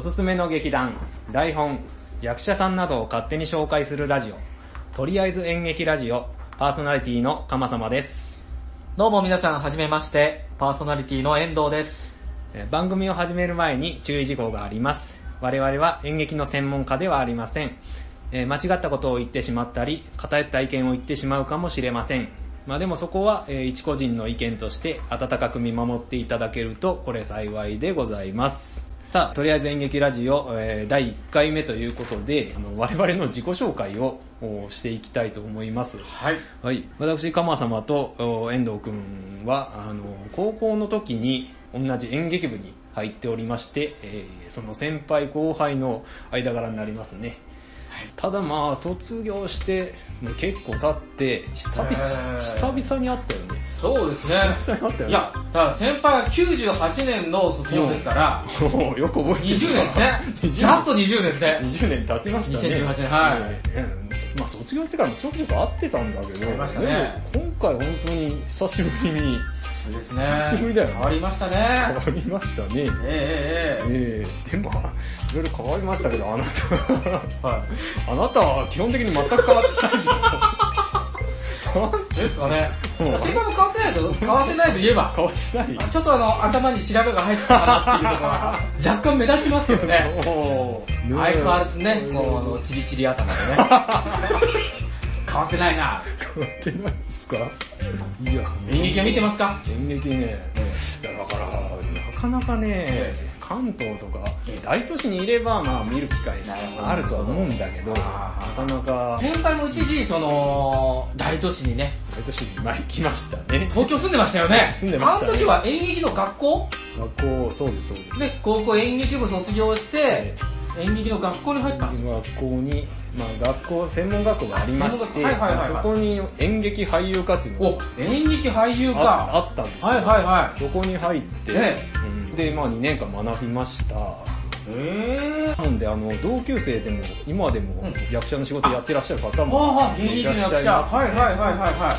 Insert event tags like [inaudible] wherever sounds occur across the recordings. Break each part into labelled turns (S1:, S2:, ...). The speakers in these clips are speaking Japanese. S1: すすめの劇団、台本、役者さんなどを勝手に紹介するラジオ、とりあえず演劇ラジオ、パーソナリティの鎌様です。
S2: どうも皆さん、はじめまして。パーソナリティの遠藤です。
S1: えー番組を始める前に注意事項があります。我々は演劇の専門家ではありません。えー間違ったことを言ってしまったり、偏った意見を言ってしまうかもしれません。まあでもそこは、えー一個人の意見として温かく見守っていただけるとこれ幸いでございます。さあ、とりあえず演劇ラジオ、えー第1回目ということで、あの我々の自己紹介をおしていきたいと思います。
S2: はい。
S1: はい、私、鎌様とお遠藤くんは、あの、高校の時に同じ演劇部に入っておりまして、えーその先輩後輩の間柄になりますね。ただまあ、卒業して、もう結構経って、久々、
S2: へー
S1: 久々に会ったよね。
S2: そうです [laughs]
S1: 久
S2: ね。
S1: 々に会ったよね。
S2: いや、だから先輩は98年の卒業ですから、
S1: おー、よく覚えてる。
S2: 20年です [laughs] ね
S1: 20
S2: ジャスト20ですね。
S1: 20年経ちましたね。
S2: 2018年はい
S1: うんまあ卒業してからもちょくちょく会ってたんだけど、
S2: 会いましたね
S1: でも今回本当に久しぶりに
S2: そうです
S1: 久しぶりだよね
S2: 変わりま [laughs] した
S1: 変
S2: ね
S1: わ。りましたね。
S2: えええええ
S1: ええでも、いろいろ変わりましたけど、あな
S2: えはい。
S1: た、あなたは基本的に全く変わってないぞ。うん
S2: ですかね。先輩も変わってないですよ。変わってないと言えば。
S1: 変わってない
S2: ちょっとあの、頭に白髪が入ってたかなっていうところ [laughs] は、若干目立ちますけどね。
S1: おーねえ
S2: 相変わらずね、もうあの、チリチリ [laughs] 頭でね。変わってないな。
S1: 変わってないですかいや、
S2: 演劇は見てますか
S1: 演劇ね、いやだから、なかなかね、関東とか、大都市にいれば、まあ見る機会あるとは思うんだけど、な
S2: あ
S1: かなか、
S2: 先輩も一時、その、大都市にね、
S1: 大都市に前来ましたね。
S2: 東京住んでましたよね。
S1: 住んでましたね
S2: あの時は演劇の学校
S1: 学校、そうです、そうです。
S2: で、高校演劇部卒業して
S1: え、
S2: 演劇の学校に入ったんですよ。
S1: 学校に、まあ学校、専門学校がありまして、
S2: あ専門学校はいはいはいはい
S1: そこに演劇俳優活動
S2: お、演劇俳優
S1: ああ
S2: か。
S1: ったんですよ。
S2: はいはいはい。
S1: そこに入って、
S2: え
S1: うんで、まあ2年間学びました。
S2: えー。
S1: なんで、あの、同級生でも、今でも
S2: うん
S1: 役者の仕事やってらっしゃる方
S2: あ
S1: も
S2: あ、現
S1: い
S2: 役
S1: ら
S2: の
S1: っし
S2: 役
S1: ゃい
S2: 者。
S1: ますね、
S2: はいはいはいはいはい。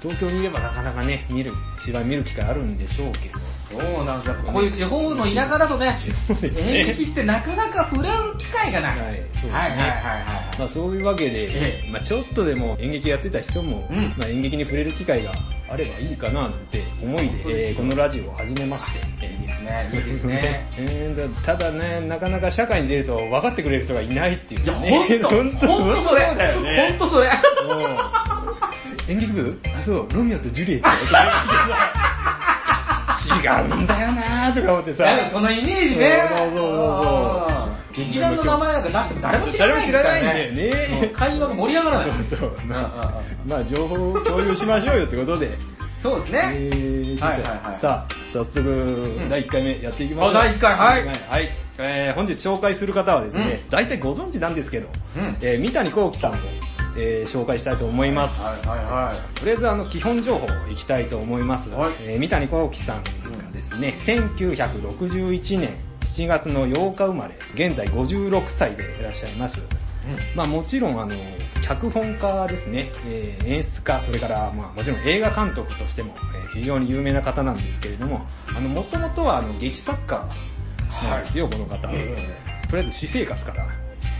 S1: 東京にいればなかなかね、見る、芝居見る機会あるんでしょうけど。
S2: そうなんですよ。こういう地方の田舎だとね、
S1: そうです
S2: 演
S1: ね。
S2: 劇ってなかなか触れ合う機会がな。
S1: はいい、そうですね。
S2: はいはいはいはい。
S1: まあそういうわけで
S2: え、
S1: まあちょっとでも演劇やってた人も、
S2: うん
S1: まあ演劇に触れる機会があればいいかななんて思い
S2: 本当です
S1: で、
S2: よ
S1: えーこのラジオを始めまして。え
S2: いい
S1: ー
S2: ですね、い
S1: [laughs]
S2: いですね。
S1: えーだただね、なかなか社会に出ると分かってくれる人がいないっていう
S2: いや、
S1: ね。
S2: ほんと、ほ
S1: [laughs]
S2: ん
S1: 本当
S2: とそれ
S1: そうだよ、
S2: ほん
S1: ね。
S2: とそれ。
S1: うん演劇部あ、そう、ロミオとジュ
S2: [laughs]
S1: リエット。違うんだよなーとか思ってさ。
S2: なんかそのイメージね。
S1: そうそうそうそう
S2: うん劇団の名前なんか出しても誰も知らない、
S1: 誰も知らないんだよね
S2: うん会話が盛り上がらない。
S1: そうそう。まあ
S2: うんうん
S1: まあ情報を共有しましょうよってことで。
S2: そうです
S1: え
S2: ね。
S1: ーちょっと
S2: はいはいはい
S1: さあ、早速、
S2: ん
S1: 第1回目やっていきましょう。
S2: あ第一回はい
S1: はい。えー本日紹介する方はですね、大体ご存知なんですけど、
S2: うん
S1: えー三谷幸喜さんを、えー紹介したいと思います。
S2: はいはいはい。
S1: とりあえずあの基本情報いきたいと思います。
S2: はい
S1: えー三谷幸喜さんがですね、1961年7月の8日生まれ、現在56歳でいらっしゃいます。まあもちろんあの、脚本家ですね、えー演出家、それからまあもちろん映画監督としても、えー非常に有名な方なんですけれども、あの、もともとはあの、劇作家なんですよ、この方。とりあえず私生活から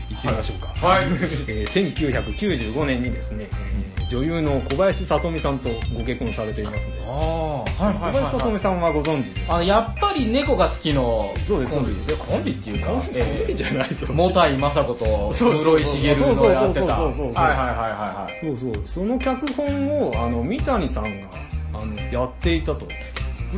S1: 行ってみましょうか。 [laughs]
S2: はいはい
S1: えー1995年にですね、えー女優の小林さとみさんとご結婚されていますので、
S2: あ
S1: 小
S2: あ、はいはい
S1: 林さと
S2: は
S1: み
S2: い。
S1: さんはご存知です
S2: あ
S1: か
S2: の、やっぱり猫が好きの
S1: そうです
S2: コンビですよ。コンビっていうか、
S1: コ
S2: え
S1: ンビ
S2: ー
S1: じゃないぞ。
S2: モタイマサコと室井茂のやってた。
S1: そうそうそうそうそうそうそう
S2: はいはいはいはいはい。
S1: そうそう、その脚本を、あの、三谷さんが、あの、やっていたと。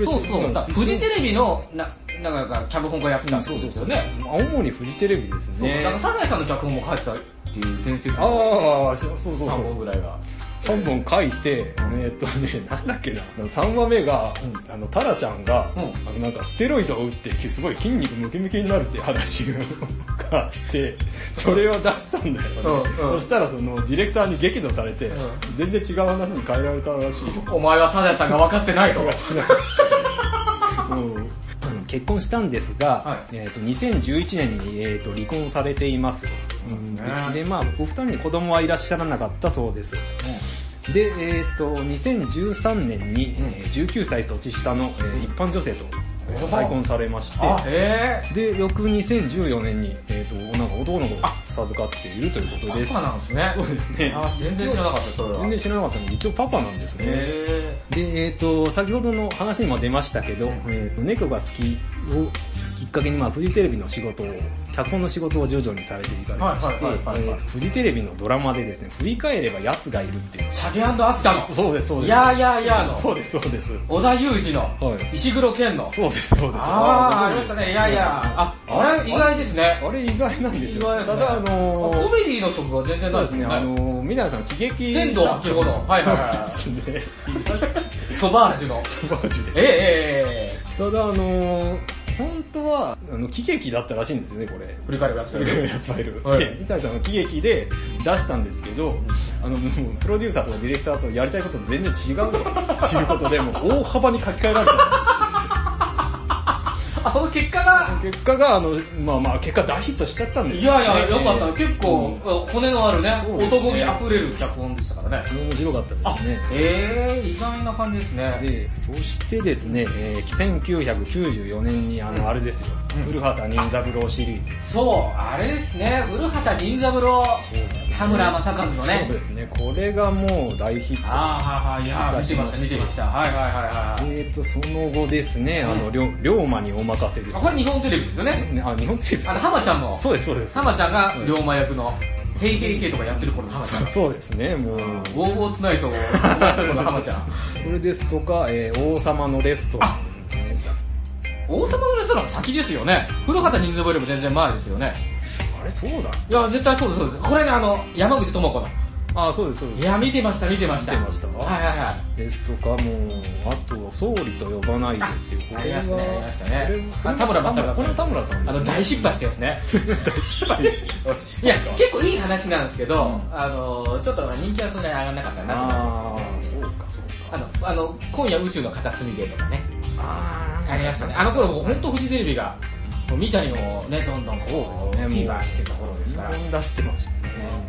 S2: そうそう。だからフジテレビの、な、なんか、脚本家やってた
S1: うん
S2: ん
S1: そ
S2: で
S1: うそう
S2: す
S1: そう。
S2: よね。
S1: まあ主にフジテレビです
S2: そう
S1: ね
S2: だか。ら、サザエさんの脚本も書いてたっていう伝説の
S1: ああ、そうそうそ
S2: 3
S1: う。
S2: 本ぐらいは。
S1: 3本書いて、えーっとね、 [laughs] なんだっけな、3話目が、あの、タラちゃんが、
S2: うん
S1: あのなんかステロイドを打って、すごい筋肉ムキムキになるっていう話があって、それを出したんだよね。
S2: うんう
S1: そ
S2: ん
S1: したらその、ディレクターに激怒されて、
S2: うん
S1: 全然違う話に変えられたら
S2: [laughs]
S1: しいよ。
S2: お前はサザエさんが分かってないと。
S1: うん結婚したんですが、
S2: は
S1: えー、と2011年に、えー、と離婚されています。
S2: うん
S1: ででまあ、お二人に子供はいらっしゃらなかったそうです。で、えっ、と、2013年に、えー19歳年下の、えー一般女性と再婚されまして、
S2: あ、へ
S1: で、翌2014年に、えっ、と、なんか男の子を授かっているということ
S2: え。
S1: です。
S2: パパなんですね。
S1: そうですね
S2: あ、全然知らなかった、それは。
S1: 全然知らなかったので、一応パパなんですね。
S2: へ
S1: で、えっ、と、先ほどの話にも出ましたけど、えっ、と、猫が好きをきっかけに、まあ、フジテレビの仕事を、脚本の仕事を徐々にされていかれまして、え
S2: はいはいはいはいはい
S1: ーフジテレビのドラマでですね、振り返れば奴がいるっていう。
S2: え。チャゲアスカの。
S1: [laughs] そうです、そうです。
S2: いやいやいやの
S1: [laughs] そうです、そうです。
S2: 織田裕二の、
S1: はい
S2: 石黒賢の。
S1: そうです、そうです。
S2: あー、あり
S1: ご存知で
S2: ました
S1: す
S2: ね。いやいや。あ、あれ意外ですね。
S1: あれ意外なんですよ。
S2: 意外ですね。
S1: ただ、あのー
S2: コメディの職は全然
S1: そ
S2: な
S1: うで
S2: いですす
S1: ね、
S2: ね。
S1: あのー、皆さん、喜劇
S2: 仙道明子のはいはいはい
S1: そうですね。
S2: [laughs] ソバ
S1: [laughs]
S2: ージュの。
S1: 素晴らしいです。
S2: えええええ
S1: ただ、あのー、本当は、あの、喜劇だったらしいんですよね、これ。
S2: え振り返ればやつ
S1: それからやつファイル。
S2: はい
S1: で、三谷さんは喜劇で出したんですけど、あの、もうプロデューサーとかディレクターとやりたいこと全然違うということで、もう大幅に書き換えられた
S2: あ、その結果が、
S1: んです。結果が、あの、まあまあ、結果大ヒットしちゃったんです
S2: い
S1: よ
S2: や
S1: ね
S2: いや、よかった。結構、骨のあるね、
S1: そうですね
S2: 男気溢れる脚本でしたからね。
S1: うん面白かったですね。
S2: ええ意外な感じですね。
S1: で、そしてですね、えー1994年にあ
S2: うん
S1: の、あれですよ、
S2: うん
S1: 古畑任三郎シリーズ。
S2: そう、あれですね、古畑任三郎、田村正和のね
S1: そう。ですね、これがもう大ヒット。
S2: ああ、はいはい、いや見てました、見てました。はいはいはいはい。
S1: えーと、その後ですね、あ
S2: う
S1: の、
S2: ん
S1: 龍龍馬にお任せです。
S2: あこれ日本テレビですよね。
S1: ねあ、日本テレビ
S2: あの、浜ちゃんの、
S1: そうです、そうです。
S2: 浜ちゃんが龍馬役の、ヘイヘイヘイとかやってる頃の浜ちゃん。ウ
S1: そうですね、もう。
S2: ォーウォートナイトをやってる頃の浜ちゃ
S1: [laughs]
S2: ん。
S1: それですとか、えー王様のレストランですね。
S2: 王様のレストランが先ですよね。古畑任三郎よりも全然前ですよね。
S1: あれ、そうだ。
S2: いや、絶対そうです、そうです。これね、あの、山口智子の。
S1: あ、そうです、そう
S2: い
S1: です。
S2: や、見てました、見てました。
S1: 見てました
S2: はいはいはい。
S1: ですとか、もう、あと、総理と呼ばないでっていう、こ
S2: あ
S1: れ
S2: りましたね、ありましたね。
S1: は
S2: あ、田村正和さん。
S1: これ田村さん
S2: あ
S1: です
S2: の、
S1: ね
S2: 大失敗したやつね。
S1: 大失敗。
S2: いや、結構いい話なんですけど、
S1: うん
S2: あの、ちょっと人気はそんなに上がらなかったなと思い
S1: あー、そうか、そう
S2: あ
S1: か。
S2: の、あの、今夜宇宙の片隅でとかね、
S1: あ
S2: ありましたね。あの頃もう本当フジテレビが、もう三谷をね、どんどんこ
S1: そうですねもう
S2: フィーバーしてた頃ですから。ね
S1: 本出してましたね。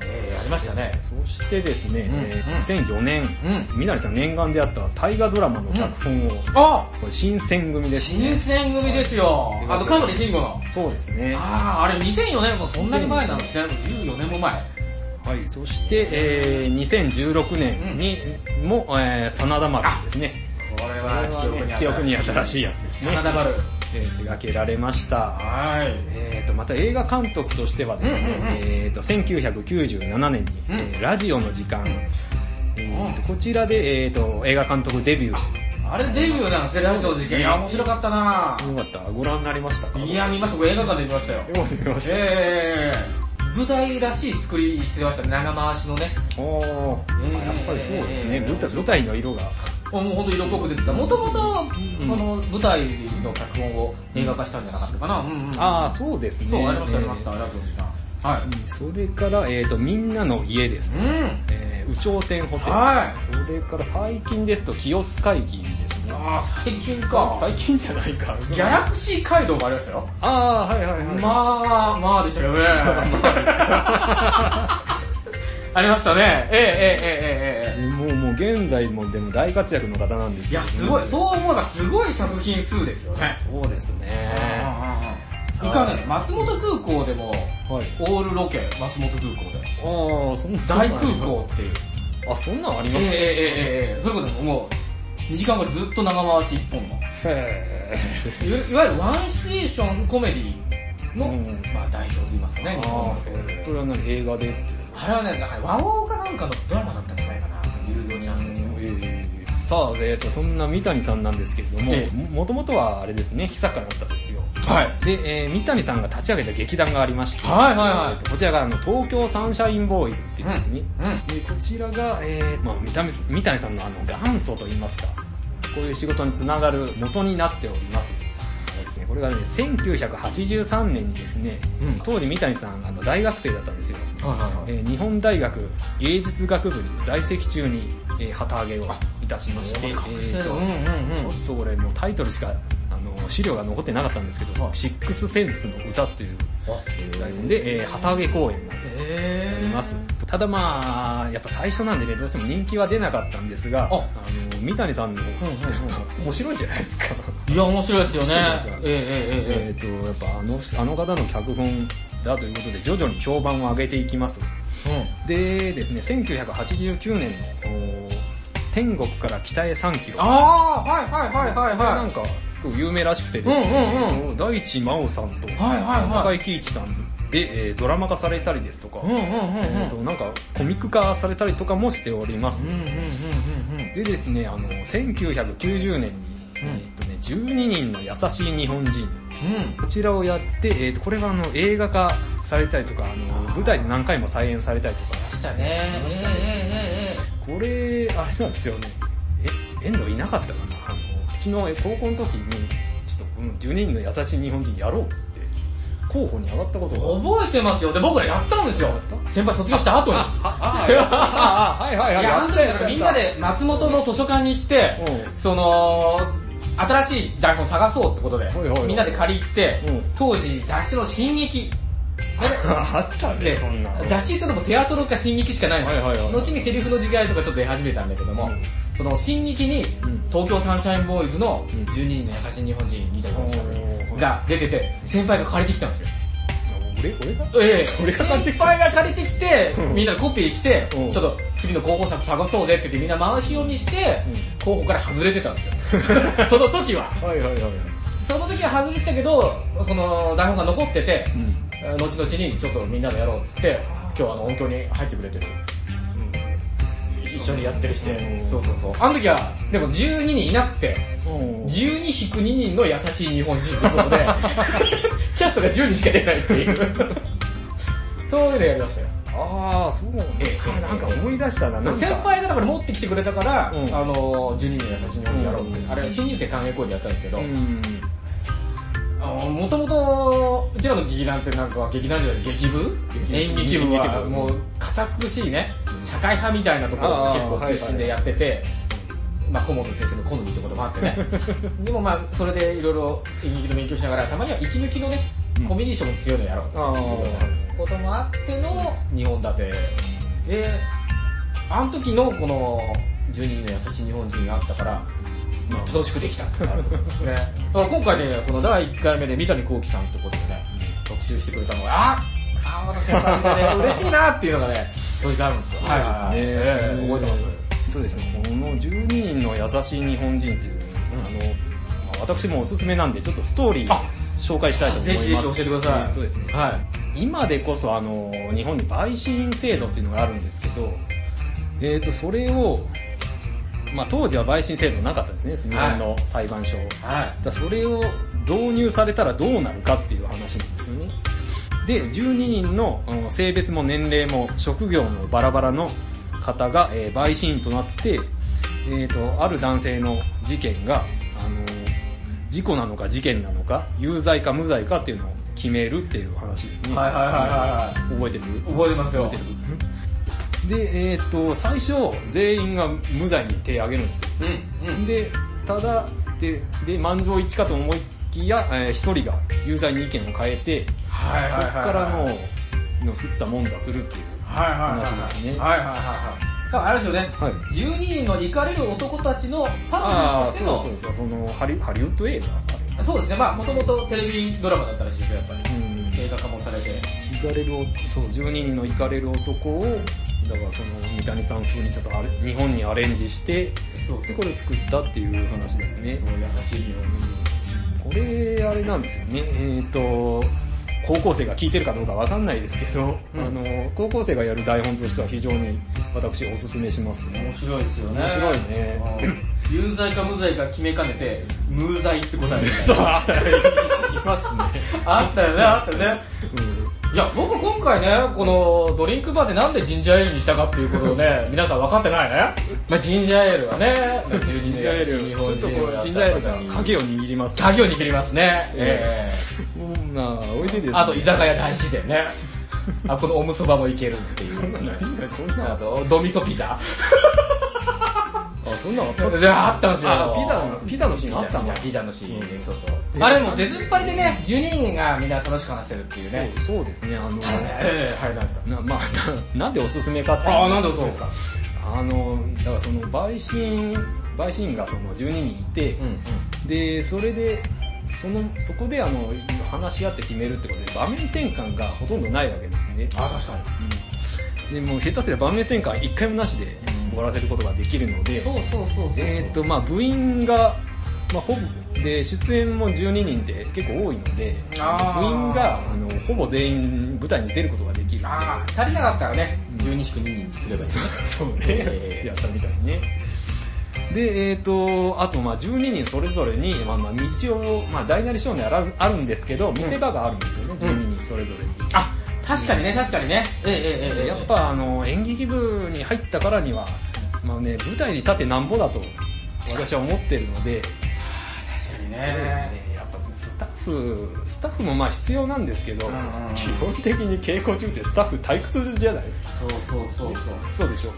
S2: えーありましたね。
S1: そしてですね、
S2: うん
S1: えー2004年、
S2: うん
S1: みなりさん念願であった大河ドラマの脚本を、
S2: あ
S1: これ新選組です
S2: 新
S1: ね。
S2: 選組ですよ。あの、香取慎吾の。
S1: そうですね。は
S2: ああ、あれ2004年もそんなに前なんですね。もう14年も前。
S1: い、そして、えー2016年にも、えー、真田丸ですね。
S2: これ
S1: こ
S2: は
S1: れは
S2: 記憶に
S1: ね記憶に新し
S2: い。
S1: いやつですね。
S2: 真田丸。
S1: えー手掛けられました。
S2: はい。
S1: えーと、また映画監督としてはですね、
S2: うんうんうん
S1: えーと、1997年に、
S2: うん
S1: えーラジオの時間、えーと
S2: うん
S1: こちらで、えーと、映画監督デビュー。
S2: あれデビューなんですね、ラジオ事件。いや、面白かったな
S1: よかった、ご覧になりましたか
S2: いや、見ました。これ映画館で見ましたよ。
S1: よく見ました。
S2: えー、舞台らしい作りしてましたね。長回しのね。
S1: おー、
S2: えー
S1: やっぱりそうですね、
S2: えー
S1: 舞台舞台の色が。
S2: もうほんと色濃く出てた。もともと、こ
S1: うん
S2: の舞台の脚本を映画化したんじゃなかったかな。うんうん。
S1: ああ、そうですね。
S2: そう、ありました、ありました。ラジオ事件。はい。
S1: えーそれから、えーと、みんなの家ですね。
S2: うん。
S1: えー、宇頂天ホテル。
S2: は
S1: それから最近ですと、清須会議ですね。
S2: ああ、最近か。
S1: 最近じゃないか。
S2: ギャラクシー街道もありましたよ。
S1: ああ、はいはいはい。
S2: まあ、 [laughs] まあでしたけどね。 [laughs] ありましたね。えええええええええ
S1: もうもう現在もでも大活躍の方なんです
S2: えいや、すごい、そう思えばすごい作品数ですよね。
S1: そうですね。
S2: いかがね、松本空港でも、
S1: はい。
S2: オールロケ、松本空港で。
S1: ああ、そんな。
S2: 大空港っていう。
S1: あ、そんなんあり
S2: えええ
S1: ま
S2: え
S1: したへ
S2: ええええそれこそもう、2時間ぐらいずっと長回し一本の。
S1: え。
S2: いわいわゆるワンシチュエーションコメディの、
S1: うん
S2: まあ代表と言いますかね。日本
S1: あ
S2: の
S1: あ、それは何映画でって
S2: あれはね、なんか和王かなんかのドラマだったんじゃないかな、有料チャンネルの。
S1: さあ、えっ、と、そんな三谷さんなんですけれども、
S2: ええ
S1: ももともとはあれですね、久からだったんですよ。
S2: はい。
S1: で、えー、三谷さんが立ち上げた劇団がありまして、
S2: はいはいはい
S1: えーとこちらがあの東京サンシャインボーイズっていうんですね。
S2: うんうん
S1: でこちらが、えーまあ、三谷三谷さんのあの元祖といいますか、こういう仕事につながる元になっております。そうですねこれがね、1983年にですね、
S2: うん
S1: 当時三谷さんあの大学生だったんですよ。
S2: はいはいはい。
S1: えー日本大学芸術学部に在籍中に、えー旗揚げをいたしまして、え
S2: え
S1: ーと
S2: うんうん
S1: ちょっとこれもうタイトルしかあのの資料が残ってなかったんですけど、
S2: はい
S1: シックスフェンスの歌という台本で、えー旗揚げ公演があ
S2: え
S1: ります。ただまあ、やっぱ最初なんでね、どうしても人気は出なかったんですが、あ
S2: あ
S1: の、三谷さんの、
S2: うんうんうん
S1: 面白いじゃないですか。
S2: いや、面白いですよね
S1: 面白い。
S2: え [laughs] えええええ
S1: えっと、やっぱあの、あの方の脚本だということで、徐々に評判を上げていきます。でですね、1989年の、おー天国から北へ3キ
S2: うん
S1: ロ。
S2: ああ、はいはいはいはい
S1: なん
S2: は
S1: か、有名らしくてです
S2: うんうん
S1: ね、大地真央さんと、
S2: はいはいはい
S1: 中井貴一さんで、えードラマ化されたりですとか、
S2: い。うんうんうん
S1: えーとなんかコミック化されたりとかもしております。
S2: うん。うんうんうんうんう
S1: で
S2: ん。
S1: ですね、あの、1990年に、え
S2: うん
S1: ーとね、12人の優しい日本人、
S2: うん。
S1: こちらをやって、えーとこれがあの映画化されたりとか、あの舞台で何回も再演されたりとか、
S2: ましたね。えええ
S1: これ、あれなんですよね。え、遠藤いなかったかなあの、うちのえ高校の時に、ちょっと、うん、12人の優しい日本人やろうっつって、候補に上がったこと
S2: ええ
S1: が。
S2: 覚えてますよ。で、僕らやったんですよ
S1: やった。
S2: 先輩卒業した後に。
S1: ああ、 [laughs] はいはい
S2: い
S1: はい。
S2: や、あの時
S1: や
S2: だ
S1: っ
S2: か
S1: た
S2: らみんな。で松本の図書館に行って
S1: う、ん
S2: その、新しい台本探そうってことで
S1: いはいは、い
S2: みんなで借り行って
S1: うん、
S2: 当時雑誌の新劇、あれ
S1: [laughs] あったね、
S2: で
S1: そんなの。
S2: 雑誌とでもテアトルか新劇しかないんですよ。
S1: はいはいはい
S2: 後にセリフの違いとかちょっと出始めたんだけども、
S1: うん
S2: その新劇に
S1: ん
S2: 東京サンシャインボーイズの
S1: うん
S2: 12人の優しい日本人みたいな
S1: おー
S2: が出てて、先輩が借りてきたんですよ。
S1: 俺、俺が
S2: ええ
S1: 俺が借りてき
S2: 先輩が借りてきて
S1: う、ん
S2: みんなでコピーして、ち
S1: う
S2: ょ
S1: ん
S2: っと次の候補作探そうぜって言ってみんな回し読みして
S1: うん、
S2: 候補から外れてたんで
S1: [laughs]
S2: すよ。その時は。
S1: はいはいはい。
S2: その時は外れてたけど、その台本が残ってて、
S1: うん。
S2: えー後々にちょっとみんなでやろうって言って、今日あの音響に入ってくれてる。一緒にやってるして
S1: うん。
S2: そうそうそう。あの時は、でも12人いなくて、
S1: うん。
S2: 12引く2人の優しい日本人ということ
S1: [laughs]
S2: で、キャストが10人しか出ないっていう。そういうのやりましたよ。
S1: ああ、そうなんだ
S2: ええ
S1: あなんか思い出したな、なんか。
S2: 先輩がだから持ってきてくれたから、
S1: うん
S2: あの、12人の優しい日本人やろうって。
S1: うん
S2: あれ、新入生歓迎公演でやったんですけど、
S1: うん。
S2: もともと、うちらの劇団ってなんかは劇団じゃない、劇部
S1: 劇部
S2: 演劇部
S1: 演劇
S2: は
S1: 部
S2: もう堅苦しいね、社会派みたいなところ
S1: あー
S2: を結構中心でやってて、まあ顧問の先生の好みってこともあっ
S1: [laughs]
S2: てね。でもまあそれでいろいろ演劇の勉強しながら、たまには息抜きのね
S1: うん、
S2: コメディションの強いのやろうっていうこともあっての2本立て。で、あの時のこの12人の優しい日本人があったから、まあ、楽しくできたってなると思い [laughs] ますね。だから今回ね、この第1回目で三谷幸喜さんってことでね、特集してくれたのが、ああー、先輩でね、嬉しいなっていうのがね、 [laughs] 正直あるんですよ。
S1: そうですね
S2: ええ覚えてます。
S1: そうですね、この12人の優しい日本人っていう、
S2: うん
S1: あの、まあ私もおすすめなんで、ちょっとストーリー
S2: あ
S1: 紹介したいと思い
S2: ぜ
S1: ま
S2: ひ
S1: す。
S2: ぜひ教えてくださ
S1: えっ
S2: い。
S1: とですね、
S2: はい。
S1: 今でこそあの、日本に陪審員制度っていうのがあるんですけど、えっ、と、それを、まあ当時は陪審制度なかったですね、日本の裁判所。
S2: はい。
S1: だそれを導入されたらどうなるかっていう話なんですよね。で、12人のうん性別も年齢も職業もバラバラの方が、えー陪審員となって、えっ、と、ある男性の事件が、あのー事故なのか事件なのか、有罪か無罪かっていうのを決めるっていう話ですね。
S2: はいはいはいはいは
S1: 覚えてる
S2: い。覚えてますよ
S1: 覚え。てるで、えっ、と、最初、全員が無罪に手を挙げるんですよ。
S2: うん、うん。
S1: で、ただ、で、で、満場一致かと思いきや、えー一人が有罪に意見を変えて、
S2: はいはい
S1: そ
S2: は
S1: こ
S2: いはい。
S1: からもう、のすったもんだするっていう。
S2: はいはいはいはい。
S1: 話ですね
S2: はいはいはいはい。だからあれですよね、
S1: はい
S2: 12人の怒れる男たちのパートナー
S1: ああ、
S2: として
S1: そう
S2: の
S1: そうそう、このハリ、ハリウッド映画あ
S2: そうですね、まあもともとテレビドラマだったらしいですよ、やっぱり。
S1: れうん。
S2: 映画化もされて。
S1: イカれる男、そう、12人のイカれる男を、だからその、三谷さん風にちょっとあれ日本にアレンジして、
S2: そう
S1: で、これを作ったっていう話ですね。
S2: 優しいよ
S1: こ
S2: う
S1: れ、あれなんですよね。えっ、と、高校生が聞いてるかどうかわかんないですけど、
S2: うん
S1: あの、高校生がやる台本としては非常に私おすすめします
S2: に。面
S1: ね。
S2: 白いですよね。
S1: 面白いね
S2: うん。有罪か無罪か決めかねて、無罪って答え
S1: [laughs]
S2: る。
S1: そう、あいますね。
S2: あったよね、あったよね。
S1: うん
S2: いや、僕今回ね、このドリンクバーでなんでジンジャーエールにしたかっていうこと
S1: [laughs]
S2: をね、皆さん分かってないね。まあジンジャーエールはね、まあ
S1: ジ
S2: 12
S1: ンジャー
S2: 年
S1: エ
S2: や
S1: ー
S2: 日
S1: ル、ちょ
S2: 本
S1: っと
S2: 人
S1: こう、ジンジャーエールが鍵を握ります、
S2: 鍵を握りますね。
S1: え
S2: え
S1: うんまあ、おいでです、
S2: え
S1: ね。
S2: あと居酒屋大自然ね。あ、このおむそばもいけるっていう。
S1: 何がそんな
S2: あと、ドミソピザ。
S1: あ、そんなのあった
S2: いやあったんですよ
S1: あピザのピザのシーンあったんだ
S2: ピザのシーン、
S1: うん
S2: そうそう。まあでも出ずっぱりでね、12人がみんな楽しく話せるっていうね。
S1: そうそうですね、あの、
S2: ええはい、なんですか
S1: なまあ、ななんでおすすめかって
S2: ああ、なんで
S1: おす
S2: そうですか。
S1: あの、だからその、陪審、陪審員がその12人いて、
S2: うん、うん。
S1: で、それで、その、そこであの、話し合って決めるってことで、場面転換がほとんどないわけですね。
S2: あ、確かに。
S1: うんで、もう下手すれば場面転換一回もなしで終わらせることができるので、
S2: そうそうそうそう。
S1: えーっと、まあ部員が、まあほぼ、で、出演も12人で結構多いので、
S2: あー
S1: 部員が、あの、ほぼ全員舞台に出ることができるんで。
S2: ああ、足りなかったらね、
S1: うん
S2: 12引く2にすればいいね。
S1: そうね、
S2: えー
S1: やったみたいね。で、えっ、と、あと、まあ12人それぞれに、まあまあ道を、まあ大なり小なりあるあるんですけど、見せ場があるんですよね、12人それぞれに。
S2: あ、確かにね、確かにね。ええええええ
S1: やっ、ぱあの、演劇部に入ったからには、まあね、舞台に立てなんぼだと、私は思ってるので、
S2: 確かにね。
S1: ねやっぱスタッフ、スタッフもまあ必要なんですけど、
S2: うんうんうん
S1: 基本的に稽古中ってスタッフ退屈じゃない
S2: そうそうそうそう。
S1: そうでしょ。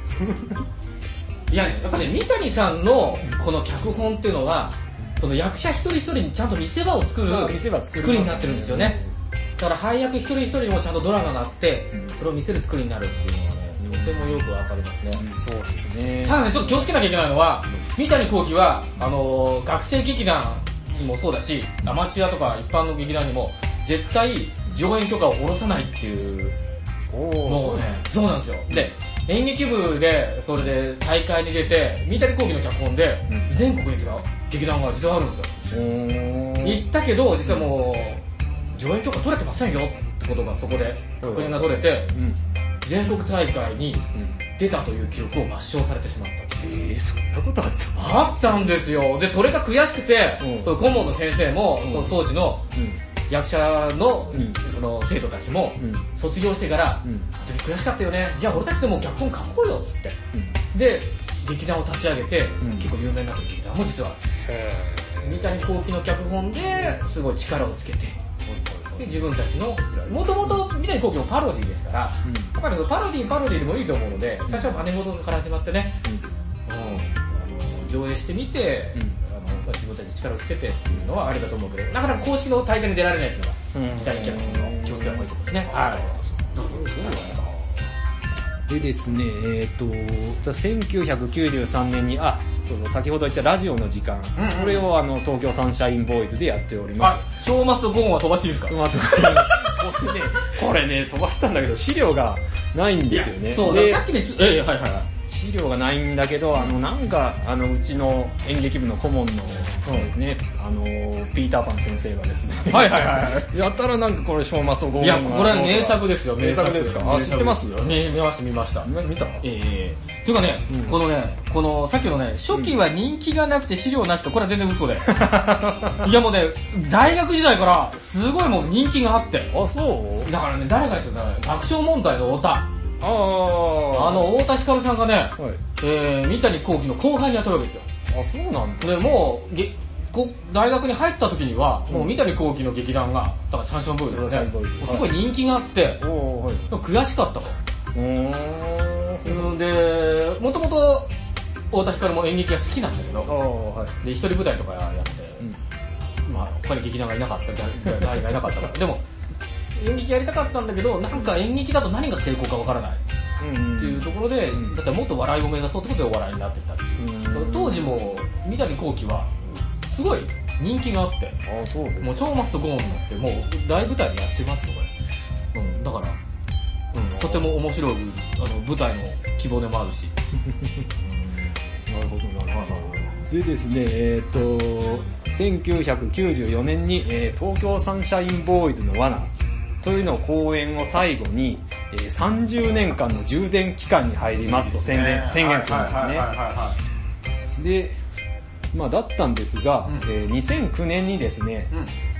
S2: いやね、やっぱね、三谷さんのこの脚本っていうのは、その役者一人一人にちゃんと見せ場を作る、
S1: まあ見せ場作りますね
S2: 作りになってるんですよね。だから配役一人一人にもちゃんとドラマがあって、それを見せる作りになるっていうのはね、とてもよくわかりますね。
S1: そうですね。
S2: ただね、ちょっと気をつけなきゃいけないのは、三谷幸喜は、あのー学生劇団にもそうだし、アマチュアとか一般の劇団にも、絶対上演許可を下ろさないっていう、
S1: お
S2: もう
S1: ー
S2: ね、そうなんですよ。で、演劇部で、それで大会に出て、三谷幸喜の脚本で、
S1: うん
S2: 全国に違う劇団が実はあるんですよ。
S1: おー
S2: 行ったけど、実はもう、上演許可取れてませんよってことがそこで確認が取れて、
S1: うん。
S2: 全国大会に
S1: うん。
S2: 出たという記録を抹消されてしまったと。
S1: えー、そんなことあった
S2: あったんですよ。で、それが悔しくて、
S1: うん
S2: その顧問の先生も、
S1: うん
S2: その当時の
S1: う
S2: 役者の,、
S1: うん
S2: その生徒たちも、
S1: ん。うん。
S2: 卒業してから、
S1: うん
S2: あの時悔しかったよね。じゃあ俺たちでもう脚本書こうよ、つって。で、劇団を立ち上げて、
S1: ん
S2: 結構有名になった劇団も実は、三谷幸喜の脚本ですごい力をつけて、で自分たちの、もともと三谷幸喜もパロディーですから、や
S1: うん。
S2: っぱりパロディーパロディーでもいいと思うので、最初は真似事から始まってね、うん、上映してみて、
S1: うん
S2: あのまあ自分たちで力をつけてっていうのはありだと思うけど、なかなか公式の大会に出られないっていうの
S1: う
S2: は、
S1: ん
S2: 期待脚本の気をつけた方がいいところですね。い。どうぞ。
S1: でですね、えっ、と、1993年に、あ、そうそう、先ほど言ったラジオの時間、
S2: うんうん
S1: これをあの、東京サンシャインボーイズでやっております。
S2: あ、ショーマスとゴーンは飛ばしていいですか
S1: その後これね、これね、飛ばしたんだけど、資料がないんですよね。
S2: [laughs] そう、
S1: で
S2: さっきね、ちょええ、はいはいはい。
S1: 資料がないんだけど、あの、なんか、あの、うちの演劇部の顧問のですね、あの、ピーターパン先生がですね、
S2: はいはいは
S1: やったらなんかこれ、ショーマストゴー
S2: いや、これは名作ですよ、
S1: 名作ですかあ、
S2: 名
S1: 知
S2: 作
S1: ってます
S2: 見見ました、見ました。
S1: み見た
S2: ええええというかね、
S1: うん
S2: このね、この、さっきのね、初期は人気がなくて資料なしと、これは全然
S1: [laughs]
S2: 嘘で。いやもうね、大学時代から、すごいもう人気があって。
S1: あ、そう
S2: だからね、誰かですよ、だから爆笑問題の太田。
S1: ああ
S2: あの、太田光さんがね、
S1: の、はい。
S2: えー、三谷幸喜の後輩に当たるわけですよ。
S1: あ、そうなんだ。
S2: で、もう、げこ大学に入った時には、もう三谷幸喜の劇団が、だからサンシャンボーイズ
S1: サンシャンボー
S2: で
S1: イ
S2: す
S1: ズ
S2: ね。もうすごい人気があって、
S1: おおはい。
S2: 悔しかった
S1: う
S2: と。
S1: ーん。
S2: うんで、もともと、太田光も演劇が好きなんだけ
S1: あ
S2: ど、
S1: あ、はい。
S2: で、一人舞台とかやって、
S1: うん。
S2: まあ、他に劇団がいなかった、誰誰がいなかったから。でも、演劇やりたかったんだけど、なんか演劇だと何が成功かわからない。
S1: うん。
S2: っていうところで、だってもっと笑いを目指そうってことでお笑いになってきたっていう
S1: うん
S2: 当時も三谷幸喜はすごい人気があって
S1: あ、そうで
S2: もう
S1: す
S2: 超マスとゴーンになってもう大舞台でやってますよこれ、うん、だから、うん、とても面白いあの舞台の希望でもあるし
S1: なるほど、なるほど。でですね、えっ、と、1994年に、えー東京サンシャインボーイズの罠というのを公演を最後に、えー30年間の充電期間に入りますと宣言、宣言するんですね。で、まあだったんですが、
S2: うん
S1: えー2009年にですね、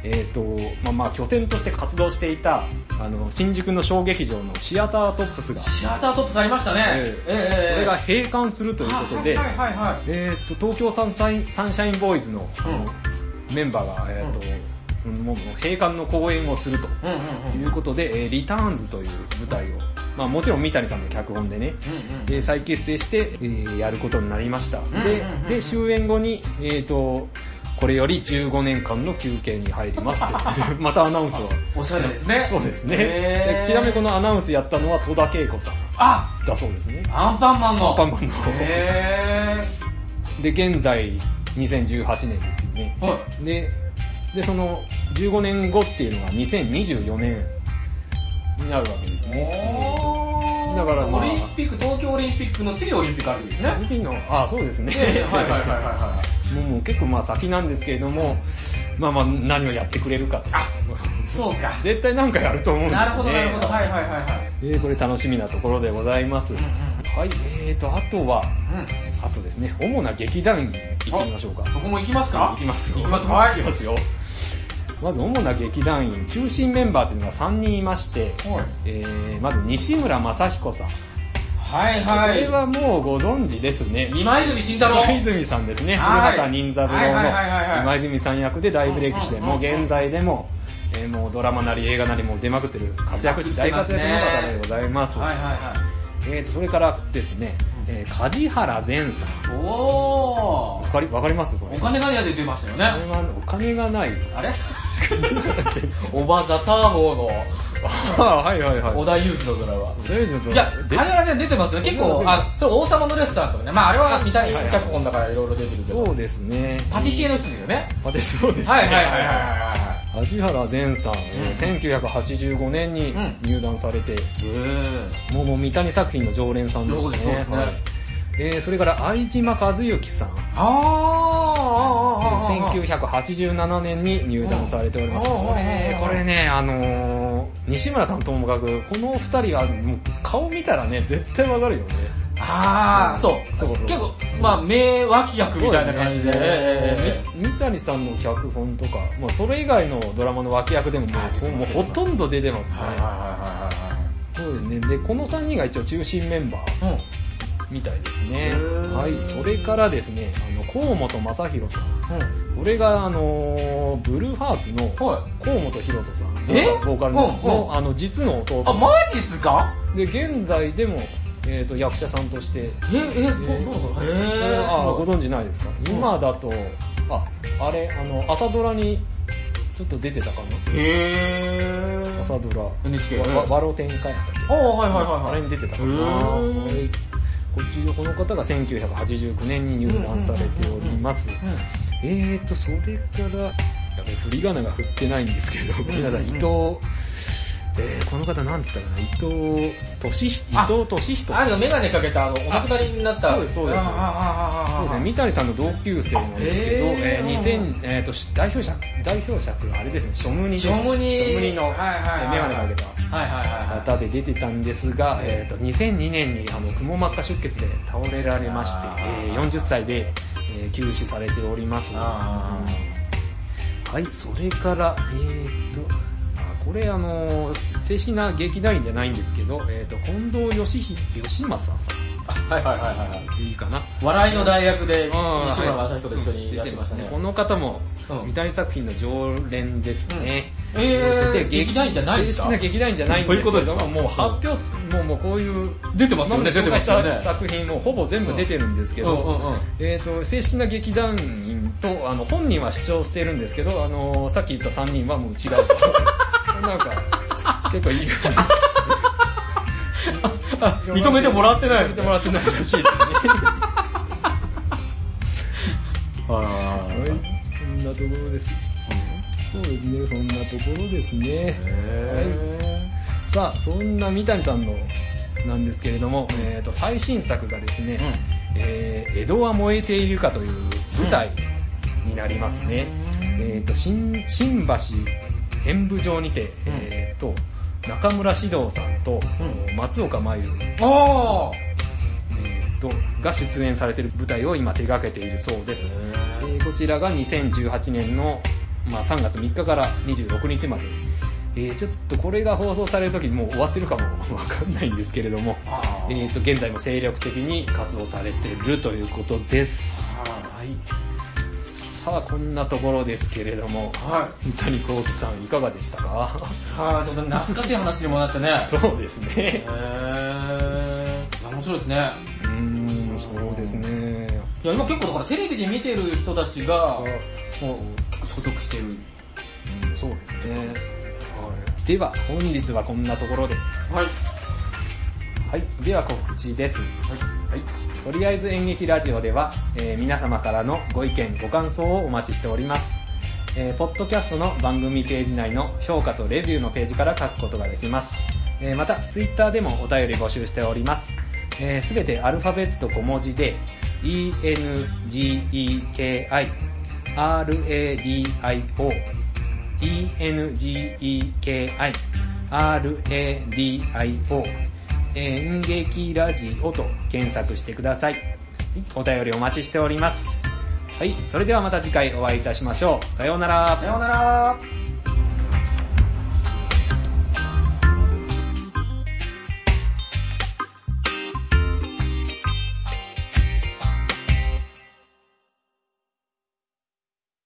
S1: えっ、と、まあまあ拠点として活動していた、あの、新宿の小劇場のシアタートップスが、
S2: シアタートップされましたね、
S1: ええこれが閉館するということで、
S2: はいはいはいはい
S1: えっ、と、東京サンシャインサンシャインボーイズの、あのメンバーが、えっ、と、もう閉館の公演をすると
S2: うんうんうん。
S1: いうことで、えーリターンズという舞台を、まあもちろん三谷さんの脚本でね、
S2: うん
S1: えー再結成して、えーやることになりました。
S2: んうん
S1: で
S2: うんうん、
S1: で、終演後に、えっ、と、これより15年間の休憩に入りますって、
S2: [laughs]
S1: またアナウンスを。
S2: うん。おしゃれですね。
S1: そうですね。
S2: へー
S1: でちなみにこのアナウンスやったのは戸田恵子さん
S2: あ
S1: だそうですね。
S2: アンパンマンの。
S1: アンパンマンの
S2: へ
S1: で、現在2018年ですよね
S2: ー。。はい。
S1: で、で、その15年後っていうのが2024年になるわけですね。
S2: お
S1: だからまあ
S2: オリンピック、東京オリンピックの次オリンピックあるんですね。
S1: 次の、あ、そうですね。
S2: ええはいはいはいはいはい。
S1: もうもう結構まあ先なんですけれども、まあまあ何をやってくれるかと。
S2: あそうか。
S1: 絶対なんかやると思うんですね。
S2: [laughs] なるほどなるほど。はいはいはいはい。
S1: えーこれ楽しみなところでございます。
S2: う
S1: は
S2: んう
S1: い、えーと、あとは、
S2: んうん。
S1: あとですね、主な劇団員行ってみましょうか。
S2: そこも行きますか
S1: 行きますよ。
S2: 行きますはい。
S1: 行きますよ。まず主な劇団員、中心メンバーというのが3人いまして、
S2: はい
S1: えー、まず西村雅彦さん。
S2: はいはい。
S1: これはもうご存知ですね。
S2: 今泉慎太郎。
S1: 今泉さんですね。古
S2: はい
S1: 畑任三郎の
S2: はいはいはいはいはい
S1: 今泉さん役で大ブレイクして、
S2: うんうんうん
S1: もう
S2: うん
S1: 現在でも、えーもうドラマなり映画なりもう出まくってる活躍、
S2: 出
S1: 大
S2: まく
S1: 活
S2: ってます
S1: 躍
S2: ね
S1: の方でございます。
S2: はいはい
S1: えーと、それからですね、えー梶原善さん。
S2: はい。お
S1: わ
S2: ー。
S1: かり、わかりますこれ。
S2: お
S1: こ
S2: 金がやで出ましたよ
S1: れ
S2: ね。
S1: はお金がない。 [laughs]
S2: あれ [laughs] おばザターボ
S1: ああ、はいはいは
S2: ーの
S1: い
S2: 小。田裕二のドラマ。
S1: とりあえずちょっと
S2: いや、
S1: で
S2: カメラで出てますよ。結構、あ、それ王様のレストランとかね。まああれは見たい
S1: はいはい
S2: 脚本だからいろいろ出てるけど
S1: そ。うですね。
S2: パティシエの人ですよね。
S1: パティシエそうですね。
S2: はいはいはいはいは
S1: 萩原善さん、えー1985年に
S2: うん
S1: 入団されて、
S2: い。うん。
S1: もうもう三谷作品の常連さんです
S2: そう
S1: ね。
S2: ですそうですね
S1: はいえーそれから相島和幸さん。
S2: あー、あー、あー、あー。
S1: 1987年に入団されております。
S2: うん
S1: これね、
S2: うん
S1: これね、あのー、西村さんともかく、このお二人はもう顔見たらね、絶対わかるよね。
S2: あー、そ
S1: そうそう
S2: う。結構、まあ名脇役みたいな感じで。
S1: そうね
S2: ええええええ
S1: み三谷さんの脚本とか、もうそれ以外のドラマの脇役でももうもうほとんど出てますね。
S2: はいはいはいはいはい。
S1: そうですね。で、この3人が一応中心メンバー。
S2: うん。
S1: みたいですね
S2: へ。ー
S1: はい、それからですね、あの、河本正宏さん。
S2: うん。
S1: これが、あのーブルーハーツの河
S2: は
S1: 本博人さん。
S2: え
S1: ボーカルの、
S2: うんうん
S1: のあの、実の弟
S2: い。あ、。マジっすか
S1: で、現在でも、えっ、と、役者さんとして、
S2: え、え、どう
S1: え
S2: どうぞ。
S1: あご
S2: へ
S1: 存知ないですか、今だと、あ、あれ、あの、朝ドラに、ちょっと出てたかな
S2: ぇー。へぇ
S1: 朝
S2: ー。
S1: ドラ。
S2: NHK
S1: わわろ展開やったっけ
S2: あー、はいはいはいはい。
S1: あれに出てたかな
S2: へー
S1: はいこっちのこの方が1989年に入団されております。えーと、それから、やべ、振り仮名が振ってないんですけど、
S2: ん
S1: 皆さん、伊藤、えー、この方なんつったかな、伊藤俊人、伊
S2: あ
S1: 藤俊人
S2: あ
S1: さん。
S2: の、メガネかけた、あの、お亡くなりになった。
S1: あそうですそうです
S2: ああああ
S1: そ
S2: あ
S1: う
S2: あ
S1: ですね、三谷さんの同級生なんですけど、
S2: あへー
S1: えー、2000、えーと、代表者、代表者あれですね、庶務にです
S2: ショムニ
S1: 庶務にの、
S2: はいはいはい。
S1: メガネかけた
S2: はいはいはいはい。
S1: 方で出てたんですが、えっと2002年にあのくも膜下出血で倒れられまして
S2: あ、
S1: え
S2: ー
S1: ー40歳で、えー急死されております。
S2: あ
S1: はい、それから、えー、っと、あこれあのー正式な劇団員じゃないんですけど、えーっと、近藤義ひ義正さ
S2: はいはいはいはいはい。
S1: んでいいかな。
S2: 笑いの大学で、
S1: ん
S2: 西村正彦と一緒にやってましたね
S1: こ。の方も、
S2: うん
S1: 三谷作品の常連ですね。
S2: え
S1: で
S2: ー、劇団員じゃないんです
S1: 正式
S2: か
S1: な劇団員じゃないん
S2: こう
S1: で
S2: いう
S1: す
S2: こ
S1: けれ
S2: とで
S1: ど
S2: すか
S1: も、もう発表す、もうもうこういう、
S2: 出てま
S1: 今
S2: すよ
S1: ま
S2: ね、
S1: で
S2: 出
S1: 紹
S2: て
S1: 介
S2: ます
S1: し
S2: よ
S1: た
S2: ね。
S1: 作品もほぼ全部出てるんですけ
S2: うんうん
S1: ど、
S2: うん。
S1: えっと、正式な劇団員と、あの、本人は主張してるんですけど、あの、さっき言った3人はもう違うと。なんか、結構いい。
S2: あ認めてもらってない。
S1: 認めてもらってないらしいですね。
S2: はい
S1: そんなところです。そうですね、そんなところですね。さあ、そんな三谷さんの、なんですけれども、えっと、最新作がですね、えー江戸は燃えているかという舞台になりますね。えっ、と、新、新橋演舞場にて、えっ、と、中村獅童さんと、
S2: うん
S1: 松岡真優、え
S2: あ
S1: ーと、が出演されている舞台を今手掛けているそうです。え
S2: ー
S1: ーこちらが2018年の、まあ、3月3日から26日まで。えーちょっとこれが放送される時にもう終わってるかも [laughs] わかんないんですけれども、
S2: あ
S1: え
S2: ー
S1: ー、と現在も精力的に活動されているということです。はい。さあこんなところですけれども、
S2: は
S1: 本当にこうきさんいかがでしたか
S2: [laughs] い。はい、ちょっと懐かしい話にもなってね。
S1: そうです
S2: へ
S1: ね。
S2: ー。面白いですね。
S1: うーん、そうですね。
S2: いや、今結構だからテレビで見てる人たちが、もう、所属してる。
S1: うんそうですね。では、本日はこんなところで。
S2: はい。
S1: はい。では告知です。
S2: はい。
S1: とりあえず演劇ラジオでは、えー皆様からのご意見、ご感想をお待ちしております。えーポッドキャストの番組ページ内の評価とレビューのページから書くことができます。えーまた、ツイッターでもお便り募集しております。す、え、べ、全てアルファベット小文字で、engeki, radio, engeki, radio, 演劇ラジオと検索してください。お便りお待ちしております。はい、それではまた次回お会いいたしましょう。さようなら
S2: さ。ようなら。